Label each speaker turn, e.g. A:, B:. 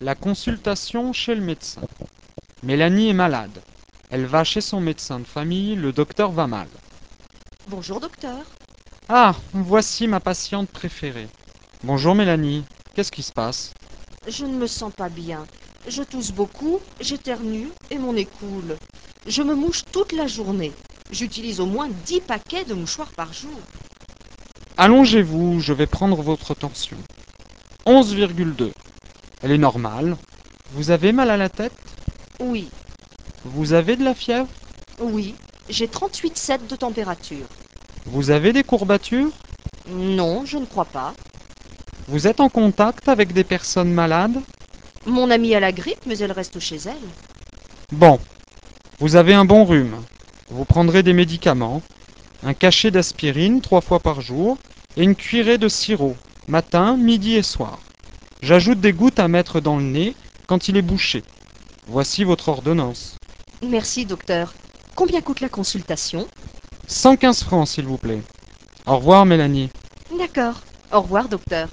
A: La consultation chez le médecin. Mélanie est malade. Elle va chez son médecin de famille, le docteur va mal.
B: Bonjour docteur.
A: Ah, voici ma patiente préférée. Bonjour Mélanie, qu'est-ce qui se passe
B: Je ne me sens pas bien. Je tousse beaucoup, j'éternue et mon nez coule. Je me mouche toute la journée. J'utilise au moins 10 paquets de mouchoirs par jour.
A: Allongez-vous, je vais prendre votre tension. 11,2. Elle est normale. Vous avez mal à la tête
B: Oui,
A: Vous avez de la fièvre
B: oui, j'ai 38,7 de température.
A: Vous avez des courbatures
B: Non, je ne crois pas.
A: Vous êtes en contact avec des personnes malades
B: Mon amie a la grippe, mais elle reste chez elle.
A: Bon. Vous avez un bon rhume. Vous prendrez des médicaments, un cachet d'aspirine trois fois par jour et une cuillerée de sirop, matin, midi et soir. J'ajoute des gouttes à mettre dans le nez quand il est bouché. Voici votre ordonnance.
B: Merci docteur. Combien coûte la consultation
A: 115 francs, s'il vous plaît. Au revoir, Mélanie.
B: D'accord. Au revoir docteur.